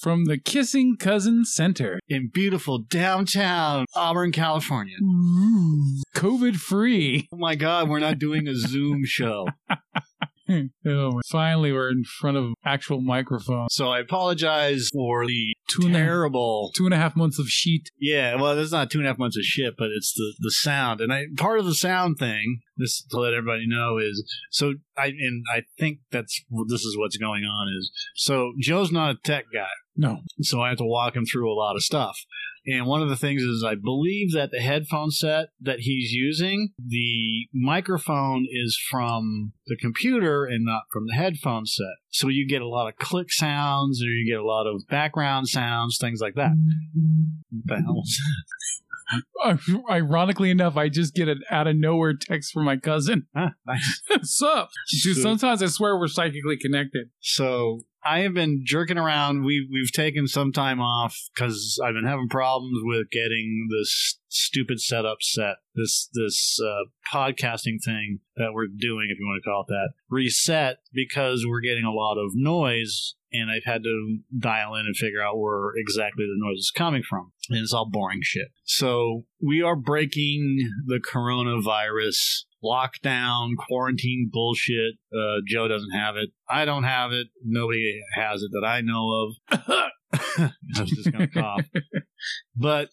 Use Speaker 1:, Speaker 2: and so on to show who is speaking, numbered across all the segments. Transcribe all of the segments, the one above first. Speaker 1: from the Kissing Cousin Center.
Speaker 2: in beautiful downtown Auburn, California.
Speaker 1: Mm. COVID free.
Speaker 2: Oh my God, we're not doing a Zoom show.
Speaker 1: oh, finally, we're in front of actual microphones.
Speaker 2: So I apologize for the
Speaker 1: Two and a-
Speaker 2: terrible.
Speaker 1: Two and a half months of sheet.
Speaker 2: Yeah, well, that's not two and a half months of shit, but it's the, the sound. And I, part of the sound thing, just to let everybody know, is so I, and I think that's, this is what's going on is so Joe's not a tech guy.
Speaker 1: No.
Speaker 2: so I have to walk him through a lot of stuff. And one of the things is I believe that the headphone set that he's using, the microphone is from the computer and not from the headphone set. So you get a lot of click sounds or you get a lot of background sounds, things like that. Bounce.
Speaker 1: Ironically enough, I just get an out of nowhere text from my cousin.
Speaker 2: Huh, nice.
Speaker 1: What's up? Dude,
Speaker 2: So-
Speaker 1: sometimes I swear we're psychically connected.
Speaker 2: So I have been jerking around. We we've taken some time off because I've been having problems with getting this stupid setup set, this this uh, podcasting thing that we're doing, if you want to call it that, reset because we're getting a lot of noise. And I've had to dial in and figure out where exactly the noise is coming from. And it's all boring shit. So we are breaking the coronavirus lockdown, quarantine bullshit. Uh, Joe doesn't have it. I don't have it. Nobody has it that I know of. I was just going to cough. But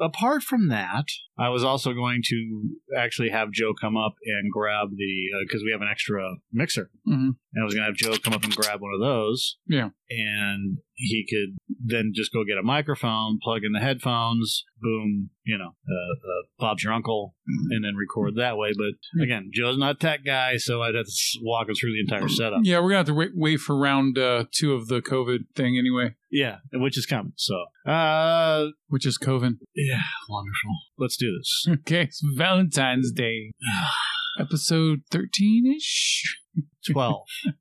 Speaker 2: apart from that, I was also going to actually have Joe come up and grab the, because we have an extra mixer.
Speaker 1: Mhm.
Speaker 2: And I was going to have Joe come up and grab one of those.
Speaker 1: Yeah.
Speaker 2: And he could then just go get a microphone, plug in the headphones, boom, you know, uh, uh, Bob's your uncle, and then record that way. But again, Joe's not a tech guy, so I'd have to s- walk him through the entire setup.
Speaker 1: Yeah, we're going to have to wait, wait for round uh, two of the COVID thing anyway,
Speaker 2: Yeah, which is coming. So, uh,
Speaker 1: which is COVID.
Speaker 2: yeah, wonderful. Let's do this.
Speaker 1: Okay, it's Valentine's Day. Episode 13 ish?
Speaker 2: 12.
Speaker 1: Yeah.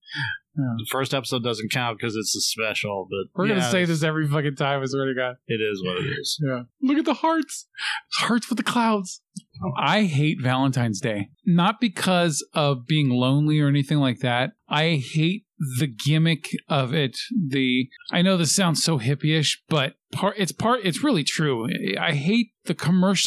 Speaker 2: The first episode doesn't count because it's a special, but
Speaker 1: We're going to
Speaker 2: yeah,
Speaker 1: say this every fucking time, I swear to God.
Speaker 2: it is what it is.
Speaker 1: Yeah. Look at the hearts. Hearts with the clouds. I hate Valentine's Day. Not because of being lonely or anything like that. I hate the gimmick of it. The I know this sounds so hippie-ish, but part it's part it's really true. I hate the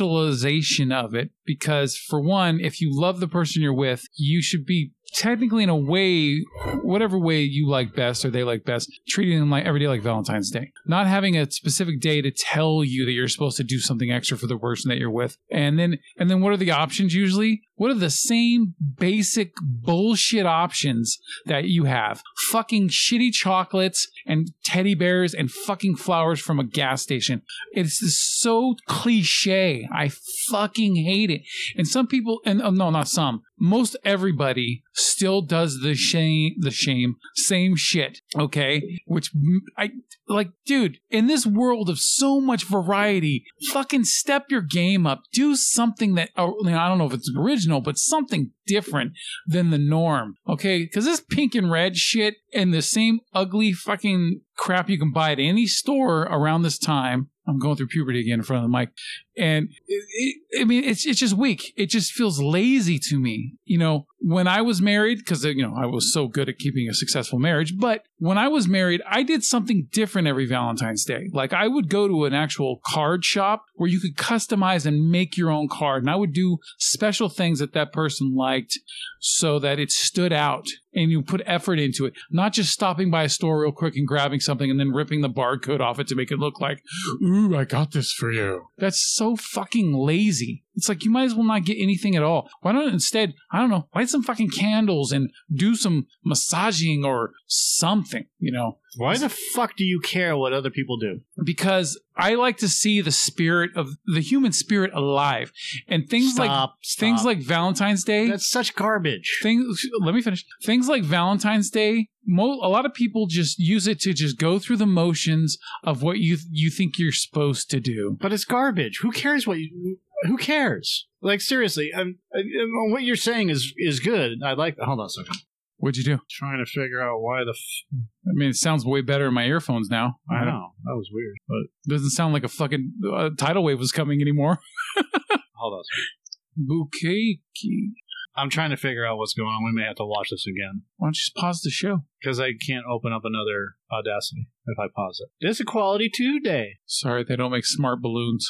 Speaker 1: commercialization of it because for one, if you love the person you're with, you should be technically in a way whatever way you like best or they like best, treating them like every day like Valentine's Day. Not having a specific day to tell you that you're supposed to do something extra for the person that you're with. And then and then what are the options usually? What are the same basic bullshit options that you have? Fucking shitty chocolates and teddy bears and fucking flowers from a gas station. It's just so cliche. I fucking hate it. And some people, and oh, no, not some, most everybody still does the shame, the shame, same shit. Okay, which mm, I like, dude. In this world of so much variety, fucking step your game up. Do something that oh, you know, I don't know if it's original, but something different than the norm. Okay, because this pink and red shit and the same ugly fucking crap you can buy at any store around this time. I'm going through puberty again in front of the mic and it, it, I mean, it's it's just weak. It just feels lazy to me. You know, when I was married, because you know I was so good at keeping a successful marriage, but when I was married, I did something different every Valentine's Day. Like I would go to an actual card shop where you could customize and make your own card, and I would do special things that that person liked, so that it stood out and you put effort into it, not just stopping by a store real quick and grabbing something and then ripping the barcode off it to make it look like ooh, I got this for you. That's so fucking lazy. It's like you might as well not get anything at all. Why don't instead, I don't know, light some fucking candles and do some massaging or something, you know?
Speaker 2: Why the fuck do you care what other people do?
Speaker 1: Because I like to see the spirit of the human spirit alive. And things like
Speaker 2: Stop, stop.
Speaker 1: things like Valentine's Day.
Speaker 2: that's such garbage.
Speaker 1: things let me finish things like valentine's day mo- a lot of people just use it to just go through the motions of what you you think you're supposed to do
Speaker 2: But it's garbage. Who cares what you? Who cares? Like seriously, I'm, I, I- what you're saying is is good. I like. Hold on a second.
Speaker 1: what'd you do
Speaker 2: Trying to figure out why the. F-
Speaker 1: I mean, it sounds way better in my earphones now.
Speaker 2: I know that was weird. But
Speaker 1: It doesn't sound like a fucking uh, tidal wave was coming anymore.
Speaker 2: hold on. a second.
Speaker 1: Bouquet. key.
Speaker 2: I'm trying to figure out what's going on. We may have to watch this again
Speaker 1: Why don't you just pause the show?
Speaker 2: because I can't open up another Audacity if I pause it. It's Equality Tuesday.
Speaker 1: Sorry, they don't make smart balloons.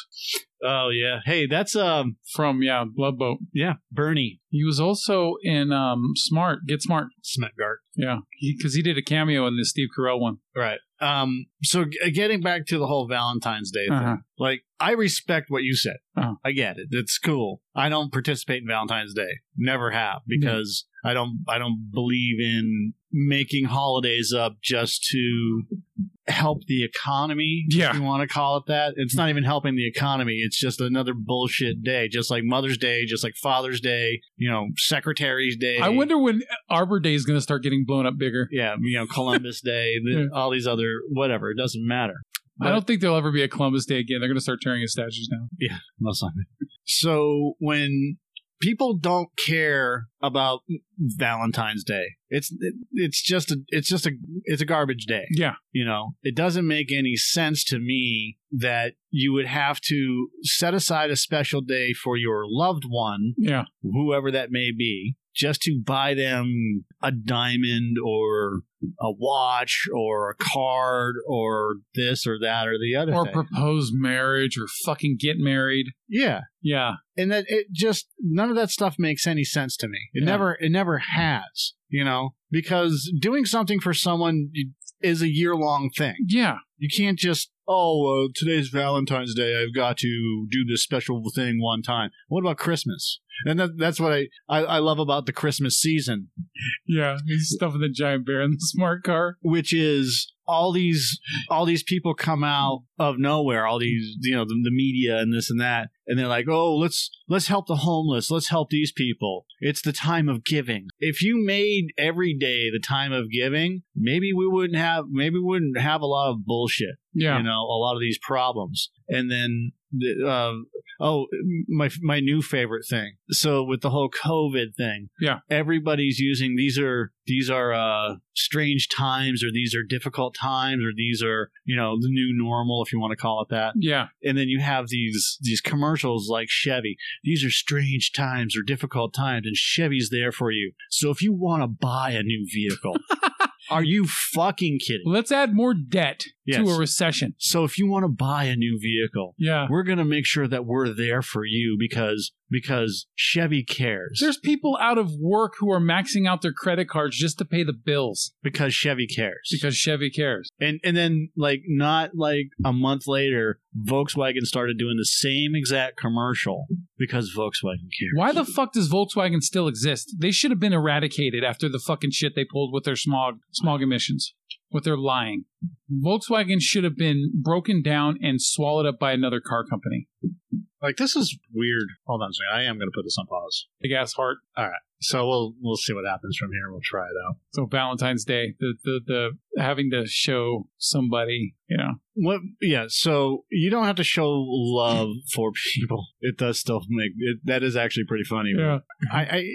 Speaker 2: Oh yeah. Hey, that's um
Speaker 1: From yeah, Blood Boat.
Speaker 2: yeah Bernie
Speaker 1: He was also in um, Smart. Get Smart.
Speaker 2: Smetgart.
Speaker 1: Yeah, because he, did a cameo in the Steve Carell one.
Speaker 2: Right. Um. So g- getting back to the whole Valentine's Day
Speaker 1: Uh-huh.
Speaker 2: thing, like I respect what you said.
Speaker 1: Uh-huh.
Speaker 2: I get it. It's cool. I don't participate in Valentine's Day. Never have because I don't. I don't believe in making holidays up just to help the economy.
Speaker 1: Yeah.
Speaker 2: If you want to call it that? It's not even helping the economy. It's just another bullshit day, just like Mother's Day, just like Father's Day. You know, Secretary's Day.
Speaker 1: I wonder when Arbor Day is going to start getting blown up bigger.
Speaker 2: Yeah, you know, Columbus Day, the, all these other whatever. It doesn't matter.
Speaker 1: I don't think there'll ever be a Columbus Day again. They're going to start tearing his statues down.
Speaker 2: No, it's not. So when people don't care about Valentine's Day, it's it's just a it's just a it's a garbage day.
Speaker 1: Yeah,
Speaker 2: You know, it doesn't make any sense to me that you would have to set aside a special day for your loved one,
Speaker 1: yeah,
Speaker 2: whoever that may be, just to buy them a diamond or a watch or a card or this or that or the other
Speaker 1: or
Speaker 2: thing.
Speaker 1: propose marriage or fucking get married.
Speaker 2: yeah.
Speaker 1: Yeah,
Speaker 2: and that it just none of that stuff makes any sense to me. It
Speaker 1: Yeah.
Speaker 2: never it never has, you know, because doing something for someone is a year long thing.
Speaker 1: yeah,
Speaker 2: You can't just oh uh, today's Valentine's Day, I've got to do this special thing one time. What about Christmas? And that, that's what I, I I love about the Christmas season,
Speaker 1: yeah. He's stuffing the giant bear in the smart car.
Speaker 2: which is all these all these people come out of nowhere all these you know the, the media and this and that and they're like oh let's let's help the homeless let's help these people it's the time of giving if you made every day the time of giving maybe we wouldn't have maybe we wouldn't have a lot of bullshit
Speaker 1: Yeah,
Speaker 2: you know a lot of these problems and then the, uh, oh my my new favorite thing so with the whole covid thing
Speaker 1: Yeah.
Speaker 2: everybody's using these are these are uh strange times or these are difficult times or these are you know the new normal if you want to call it that
Speaker 1: yeah,
Speaker 2: and then you have these these commercials like Chevy. These are strange times or difficult times, and Chevy's there for you. So if you want to buy a new vehicle, are you fucking kidding?
Speaker 1: Let's add more debt
Speaker 2: Yes.
Speaker 1: to a recession.
Speaker 2: So if you want to buy a new vehicle,
Speaker 1: Yeah.
Speaker 2: we're going to make sure that we're there for you because because Chevy cares.
Speaker 1: There's people out of work who are maxing out their credit cards just to pay the bills
Speaker 2: because Chevy cares.
Speaker 1: because Chevy cares.
Speaker 2: and and then like not like a month later, Volkswagen started doing the same exact commercial because Volkswagen cares.
Speaker 1: Why the fuck does Volkswagen still exist? They should have been eradicated after the fucking shit they pulled with their smog smog emissions, with their lying. Volkswagen should have been broken down and swallowed up by another car company.
Speaker 2: Like this is weird. Hold on a second. I am going to put this on pause.
Speaker 1: Big ass heart.
Speaker 2: So we'll we'll see what happens from here. We'll try it out.
Speaker 1: So Valentine's Day, the the, the having to show somebody, you know,
Speaker 2: What? Yeah. So you don't have to show love for people. It does still make it, that is actually pretty funny.
Speaker 1: yeah,
Speaker 2: I, I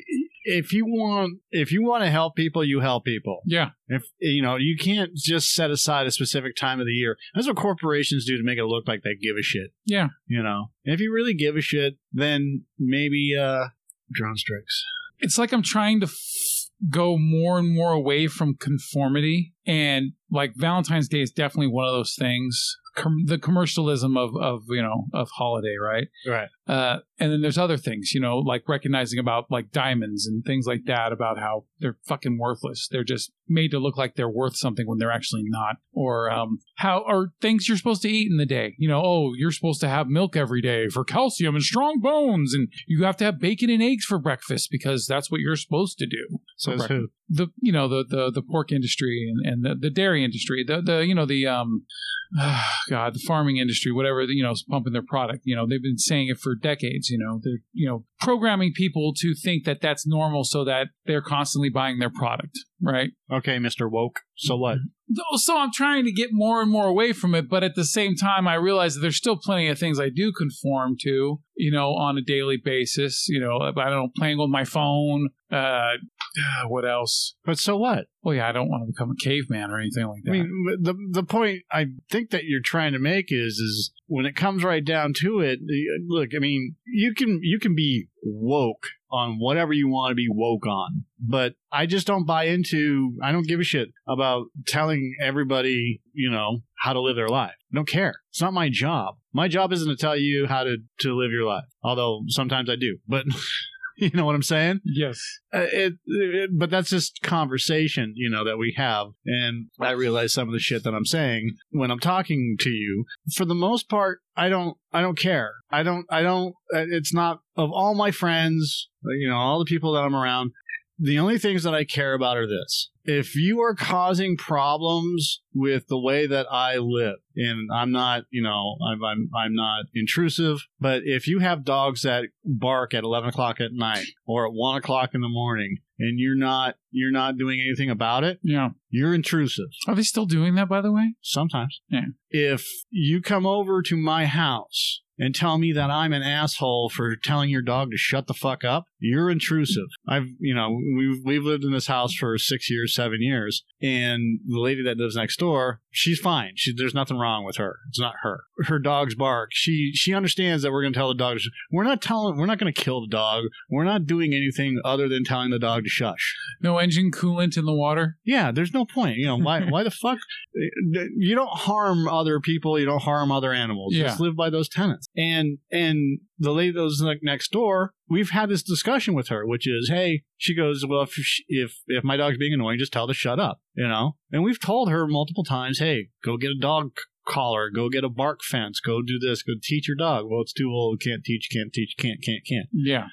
Speaker 2: if you want if you want to help people, you help people.
Speaker 1: yeah,
Speaker 2: If you know, you can't just set aside a specific time of the year. That's what corporations do to make it look like they give a shit.
Speaker 1: Yeah.
Speaker 2: You know, and if you really give a shit, then maybe uh drone strikes.
Speaker 1: it's like I'm trying to f- go more and more away from conformity. And like Valentine's Day is definitely one of those things. Com- the commercialism of of you know of holiday, right?
Speaker 2: Right.
Speaker 1: Uh, and then there's other things, you know, like recognizing about like diamonds and things like that about how they're fucking worthless. They're just made to look like they're worth something when they're actually not. Or um, how or things you're supposed to eat in the day. You know, oh, you're supposed to have milk every day for calcium and strong bones, and you have to have bacon and eggs for breakfast because that's what you're supposed to do
Speaker 2: Says
Speaker 1: Correct.
Speaker 2: who?
Speaker 1: the you know the the, the pork industry and, and the, the dairy industry the the you know the um god the farming industry whatever you know is pumping their product you know they've been saying it for decades you know they're you know programming people to think that that's normal so that they're constantly buying their product right
Speaker 2: Okay, Mister Woke. So what?
Speaker 1: Mm-hmm. Though- so i'm trying to get more and more away from it but at the same time i realize that there's still plenty of things i do conform to you know on a daily basis you know i don't know playing with my phone uh what else
Speaker 2: But so what?
Speaker 1: well, oh, yeah, I don't want to become a caveman or anything like that.
Speaker 2: I mean, the the point I think that you're trying to make is is when it comes right down to it, the- look, I mean, you can you can be woke on whatever you want to be woke on. But I just don't buy into, I don't give a shit about telling everybody, you know, how to live their life. I don't care. It's not my job. My job isn't to tell you how to, to live your life, although sometimes I do. But you know what I'm saying?
Speaker 1: Yes.
Speaker 2: Uh, it, it, but that's just conversation, you know, that we have. And I realize some of the shit that I'm saying when I'm talking to you. For the most part, I don't, I don't care. I don't, I don't, uh, it's not of all my friends, you know, all the people that I'm around. The only things that I care about are this. If you are causing problems with the way that I live, and I'm not, you know, I'm, I'm, I'm not intrusive, but if you have dogs that bark at 11 o'clock at night or at one o'clock in the morning, and you're not, you're not doing anything about it,
Speaker 1: Yeah.
Speaker 2: you're intrusive.
Speaker 1: Are they still doing that, by the way?
Speaker 2: Sometimes.
Speaker 1: Yeah.
Speaker 2: If you come over to my house and tell me that I'm an asshole for telling your dog to shut the fuck up, you're intrusive. I've, you know, we've, we've lived in this house for six years, seven years, and the lady that lives next door, she's fine. She, there's nothing wrong with her. It's not her. Her dogs bark. She, she understands that we're going to tell the dog, to sh- we're not telling, we're not going to kill the dog. We're not doing anything other than telling the dog to shush.
Speaker 1: No engine coolant in the water?
Speaker 2: Yeah, there's no point. You know, why why the fuck uh, you don't harm other people, you don't harm other animals.
Speaker 1: Yeah.
Speaker 2: Just live by those tenets. And and the lady that was like next door, we've had this discussion with her, which is, hey, she goes, well, if she- if if my dog's being annoying, just tell her to shut up, you know. And we've told her multiple times, hey, go get a dog collar, go get a bark fence, go do this, go teach your dog. Well, it's too old, can't teach, can't teach, can't, can't, can't.
Speaker 1: Yeah.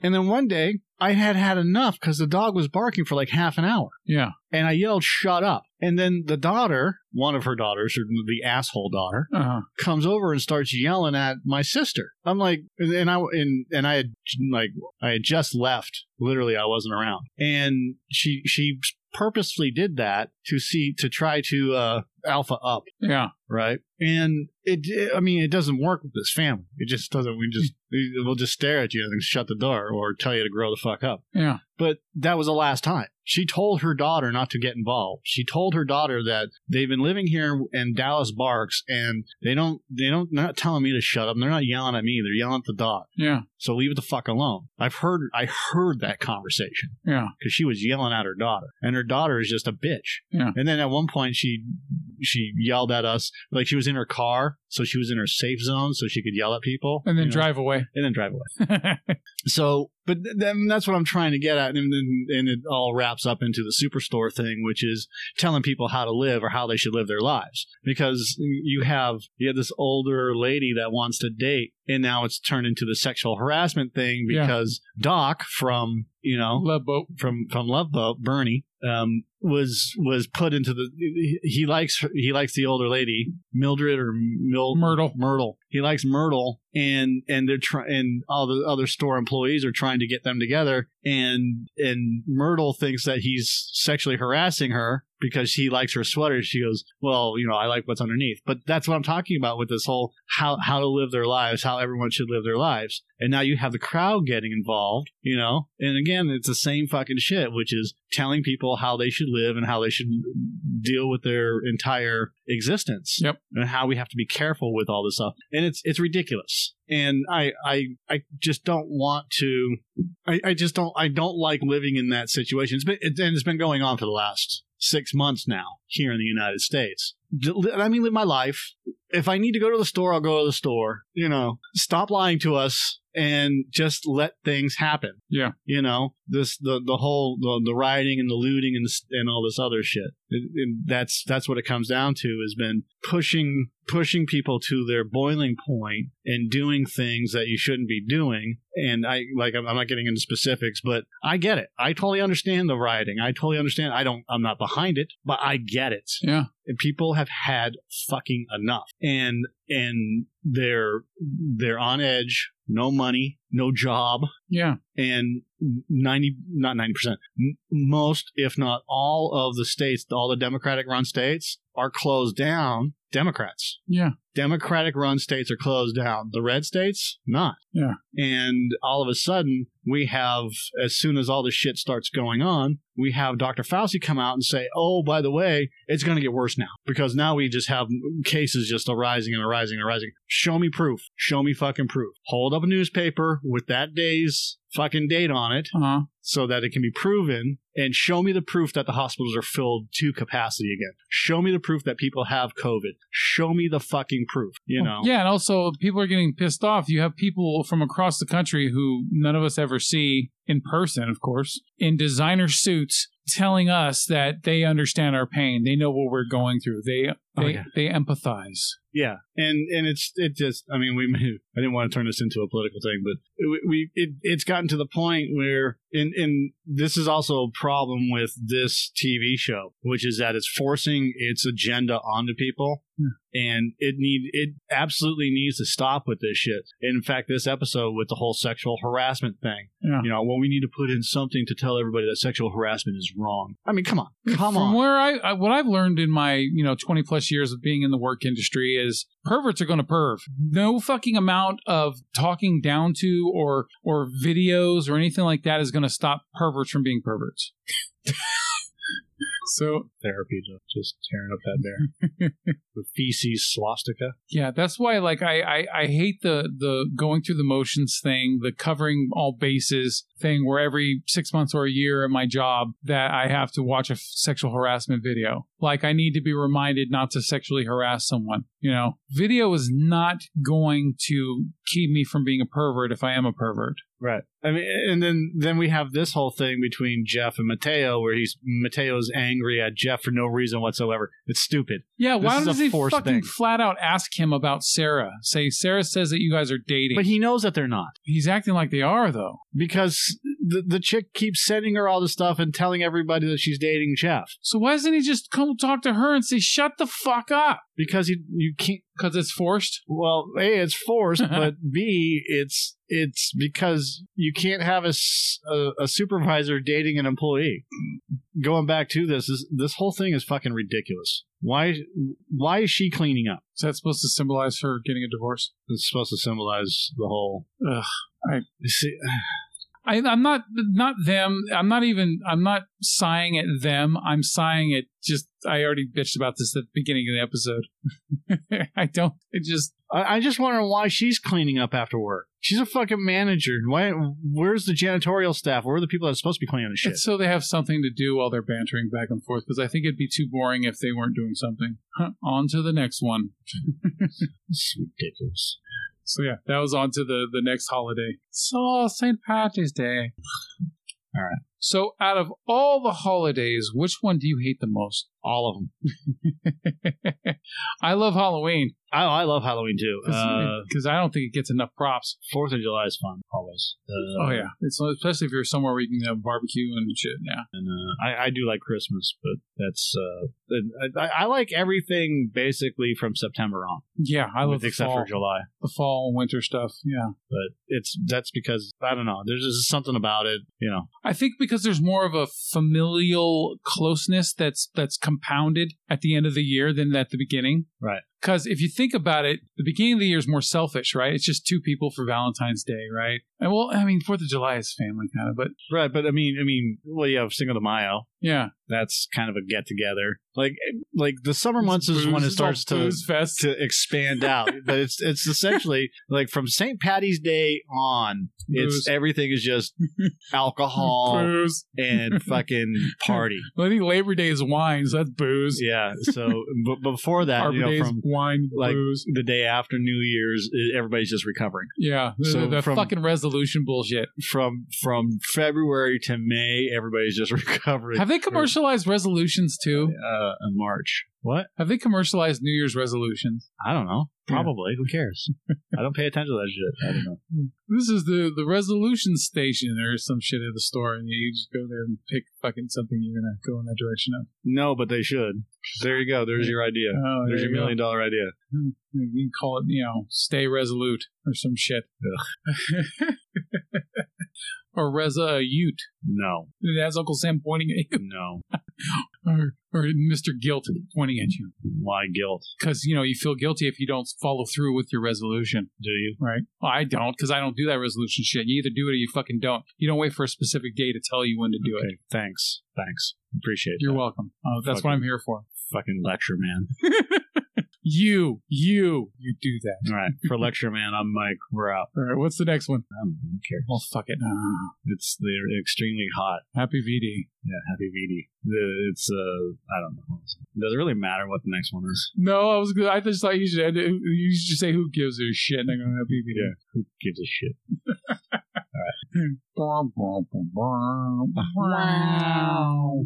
Speaker 2: And then one day, I had had enough because the dog was barking for like half an hour
Speaker 1: Yeah.
Speaker 2: and I yelled, "Shut up!" And then the daughter, one of her daughters, or the asshole daughter,
Speaker 1: Uh-huh.
Speaker 2: comes over and starts yelling at my sister. I'm like, and I and and I had like I had just left. Literally, I wasn't around, and she she purposefully did that to see to try to uh, alpha up.
Speaker 1: Yeah.
Speaker 2: Right, and it—I mean, it doesn't work with this family. It just doesn't. We just we'll just stare at you and shut the door, or tell you to grow the fuck up.
Speaker 1: Yeah.
Speaker 2: But that was the last time. She told her daughter not to get involved. She told her daughter that they've been living here in Dallas barks and they don't they don't they're not telling me to shut up. They're not yelling at me. They're yelling at the dog.
Speaker 1: Yeah.
Speaker 2: So leave it the fuck alone. I've heard I heard that conversation
Speaker 1: Yeah.
Speaker 2: because she was yelling at her daughter, and her daughter is just a bitch.
Speaker 1: Yeah.
Speaker 2: And then at one point she she yelled at us like she was in her car, so she was in her safe zone, so she could yell at people
Speaker 1: And then
Speaker 2: you know,
Speaker 1: drive away.
Speaker 2: and then drive away. So, but th- then that's what I'm trying to get at, and then and it all wraps up into the superstore thing, which is telling people how to live or how they should live their lives. Because you have you have this older lady that wants to date, and now it's turned into the sexual harassment thing
Speaker 1: Yeah.
Speaker 2: because Doc from you know
Speaker 1: Love boat.
Speaker 2: from from Love Boat, Bernie, um, was was put into the he likes he likes the older lady Mildred or Mil
Speaker 1: Myrtle.
Speaker 2: Myrtle. He likes Myrtle, and and they're trying and all the other store employees are trying to get them together, and and Myrtle thinks that he's sexually harassing her because he likes her sweater. She goes, well, you know, I like what's underneath. But that's what I'm talking about with this whole how how to live their lives, how everyone should live their lives, and now you have the crowd getting involved, you know. And again, it's the same fucking shit, which is telling people how they should live and how they should deal with their entire existence and how we have to be careful with all this stuff. And it's it's ridiculous. And I I I just don't want to. I, I just don't I don't like living in that situation. It's been it, and it's been going on for the last six months now here in the United States. D- li- Let me live my life. If I need to go to the store, I'll go to the store. You know, stop lying to us and just let things happen.
Speaker 1: Yeah.
Speaker 2: You know, this the the whole the, the rioting and the looting and this, and all this other shit. It- it- that's that's what it comes down to has been pushing pushing people to their boiling point and doing things that you shouldn't be doing. And I like I'm, I'm not getting into specifics, but I get it. I totally understand the rioting. I totally understand. I don't. I'm not behind it, but I get it
Speaker 1: Yeah.
Speaker 2: and people have had fucking enough and and they're they're on edge no money no job
Speaker 1: Yeah.
Speaker 2: and 90 not 90% m- most if not all of the states all the democratic run states are closed down democrats
Speaker 1: Yeah.
Speaker 2: Democratic run states are closed down. The red states, not.
Speaker 1: Yeah.
Speaker 2: And all of a sudden, we have, as soon as all this shit starts going on, we have Dr. Fauci come out and say, oh, by the way, it's going to get worse now because now we just have cases just arising and arising and arising. Show me proof. Show me fucking proof. Hold up a newspaper with that day's fucking date on it
Speaker 1: Uh-huh.
Speaker 2: so that it can be proven and show me the proof that the hospitals are filled to capacity again. Show me the proof that people have COVID. Show me the fucking proof, you know?
Speaker 1: Yeah, and also people are getting pissed off. You have people from across the country who none of us ever see in person, of course, in designer suits telling us that they understand our pain. They know what we're going through. They
Speaker 2: Oh,
Speaker 1: they,
Speaker 2: yeah.
Speaker 1: they empathize.
Speaker 2: Yeah, and and it's it just I mean we I didn't want to turn this into a political thing, but we, we it, it's gotten to the point where and and this is also a problem with this TV show, which is that it's forcing its agenda onto people, and it need it absolutely needs to stop with this shit. in fact, this episode with the whole sexual harassment thing,
Speaker 1: Yeah.
Speaker 2: you know, well we need to put in something to tell everybody that sexual harassment is wrong. I mean, come on, come
Speaker 1: From
Speaker 2: on.
Speaker 1: where I, I what I've learned in my, you know, 20 plus years of being in the work industry is perverts are going to perv. No fucking amount of talking down to or or videos or anything like that is going to stop perverts from being perverts. so
Speaker 2: therapy to just tearing up that bear. the feces swastika.
Speaker 1: Yeah, that's why like I, I I hate the the going through the motions thing, the covering all bases thing where every 6 months or a year at my job that I have to watch a f- sexual harassment video. Like I need to be reminded not to sexually harass someone, you know. Video is not going to keep me from being a pervert if I am a pervert.
Speaker 2: Right. I mean, and then then we have this whole thing between Jeff and Mateo, where he's Mateo's angry at Jeff for no reason whatsoever. It's stupid.
Speaker 1: Yeah,
Speaker 2: This
Speaker 1: why
Speaker 2: is
Speaker 1: does
Speaker 2: a
Speaker 1: he
Speaker 2: forced
Speaker 1: fucking
Speaker 2: thing.
Speaker 1: flat out ask him about Sarah? Say Sarah says that you guys are dating.
Speaker 2: But he knows that they're not
Speaker 1: He's acting like they are though.
Speaker 2: because the the chick keeps sending her all this stuff and telling everybody that she's dating Jeff
Speaker 1: So why doesn't he just come talk to her and say shut the fuck up?
Speaker 2: because you you can't.
Speaker 1: because it's forced.
Speaker 2: Well, a it's forced, but b it's it's because you can't have a, s- a- a supervisor dating an employee. Going back to this, is, this whole thing is fucking ridiculous. Why why is she cleaning up?
Speaker 1: Is that supposed to symbolize her getting a divorce?
Speaker 2: It's supposed to symbolize the whole.
Speaker 1: Ugh, I-
Speaker 2: You see,
Speaker 1: I, I'm not not them. I'm not even. I'm not sighing at them. I'm sighing at just. I already bitched about this at the beginning of the episode. I don't. It just.
Speaker 2: I, I just wonder why she's cleaning up after work. She's a fucking manager. Why? Where's the janitorial staff? Where are the people that's supposed to be cleaning the shit?
Speaker 1: It's so they have something to do while they're bantering back and forth. Because I think it'd be too boring if they weren't doing something. Huh, on to the next one.
Speaker 2: It's ridiculous.
Speaker 1: So yeah, that was on to the the next holiday. So St. Patrick's Day.
Speaker 2: All right.
Speaker 1: So out of all the holidays, which one do you hate the most?
Speaker 2: All of them.
Speaker 1: I love Halloween
Speaker 2: I, I love Halloween too. Uh,
Speaker 1: because I don't think it gets enough props.
Speaker 2: Fourth of July is fun always. Uh,
Speaker 1: Oh yeah, it's especially if you're somewhere where you can have barbecue and shit. Yeah,
Speaker 2: and uh, I, I do like Christmas, but that's uh, I, I like everything basically from September on,
Speaker 1: yeah, I love
Speaker 2: with,
Speaker 1: the
Speaker 2: except
Speaker 1: fall,
Speaker 2: for July.
Speaker 1: the fall and winter stuff. Yeah,
Speaker 2: But it's that's because I don't know. There's just something about it, you know.
Speaker 1: I think because there's more of a familial closeness that's that's compounded at the end of the year than at the beginning.
Speaker 2: Right.
Speaker 1: Because if you think about it, the beginning of the year is more selfish, right? It's just two people for Valentine's Day, right? And well, I mean, Fourth of July is family kind of, but
Speaker 2: Right, but I mean, I mean, well, you have Cinco de Mayo.
Speaker 1: yeah,
Speaker 2: That's kind of a get together. Like, eh, like the summer months
Speaker 1: It's
Speaker 2: is when
Speaker 1: booze,
Speaker 2: it
Speaker 1: it's all
Speaker 2: starts to
Speaker 1: booze fest.
Speaker 2: to expand out, but it's it's essentially like from St. Patty's Day on,
Speaker 1: Booze.
Speaker 2: it's everything is just alcohol
Speaker 1: booze.
Speaker 2: and fucking party.
Speaker 1: Well, I think Labor Day is wine, so that's booze.
Speaker 2: Yeah. So, but before that,
Speaker 1: Arbor
Speaker 2: you know,
Speaker 1: Day is
Speaker 2: from
Speaker 1: wine,
Speaker 2: like-
Speaker 1: booze.
Speaker 2: the day after New Year's, i- everybody's just recovering
Speaker 1: Yeah, the,
Speaker 2: so
Speaker 1: the
Speaker 2: from-
Speaker 1: fucking resolution bullshit.
Speaker 2: from from February to May. Everybody's just recovering.
Speaker 1: Have they commercialized resolutions too?
Speaker 2: uh, in March? What?
Speaker 1: Have they commercialized New Year's resolutions?
Speaker 2: I don't know. Probably. Who cares? I don't pay attention to that shit. I don't know.
Speaker 1: this is the the resolution station or some shit at the store, and you just go there and pick fucking something you're gonna go in that direction of.
Speaker 2: No, but they should. There you go. There's your idea.
Speaker 1: Oh,
Speaker 2: There's
Speaker 1: there
Speaker 2: your
Speaker 1: you go.
Speaker 2: million dollar idea.
Speaker 1: You can call it, you know, stay resolute or some shit. or resolute.
Speaker 2: No,
Speaker 1: That's Uncle Sam pointing at you,
Speaker 2: no.
Speaker 1: or, or Mr. Guilt pointing at you,
Speaker 2: Why guilt?
Speaker 1: because you know you feel guilty if you don't follow through with your resolution.
Speaker 2: Do you?
Speaker 1: Right. Well, I don't because I don't do that resolution shit. You either do it or you fucking don't. You don't wait for a specific day to tell you when to do it.
Speaker 2: Okay. Thanks. Thanks. Appreciate
Speaker 1: You're
Speaker 2: that.
Speaker 1: welcome. Uh, that's what
Speaker 2: Fucking-
Speaker 1: I'm here for.
Speaker 2: Fucking lecture, man.
Speaker 1: You, you, you do that.
Speaker 2: All right. For lecture man, I'm Mike. We're out.
Speaker 1: All right, what's the next one?
Speaker 2: I don't even care.
Speaker 1: Well, fuck it. Ah,
Speaker 2: It's they're extremely hot.
Speaker 1: happy VD.
Speaker 2: Yeah, happy VD. The- It's uh, I don't know. It doesn't really matter what the next one is.
Speaker 1: No, I was. good. I just thought you should. end it- You should just say who gives a shit, and I'm gonna have BBD.
Speaker 2: Yeah. Who gives a shit?
Speaker 1: Bum, bum, bum, bum. Wow.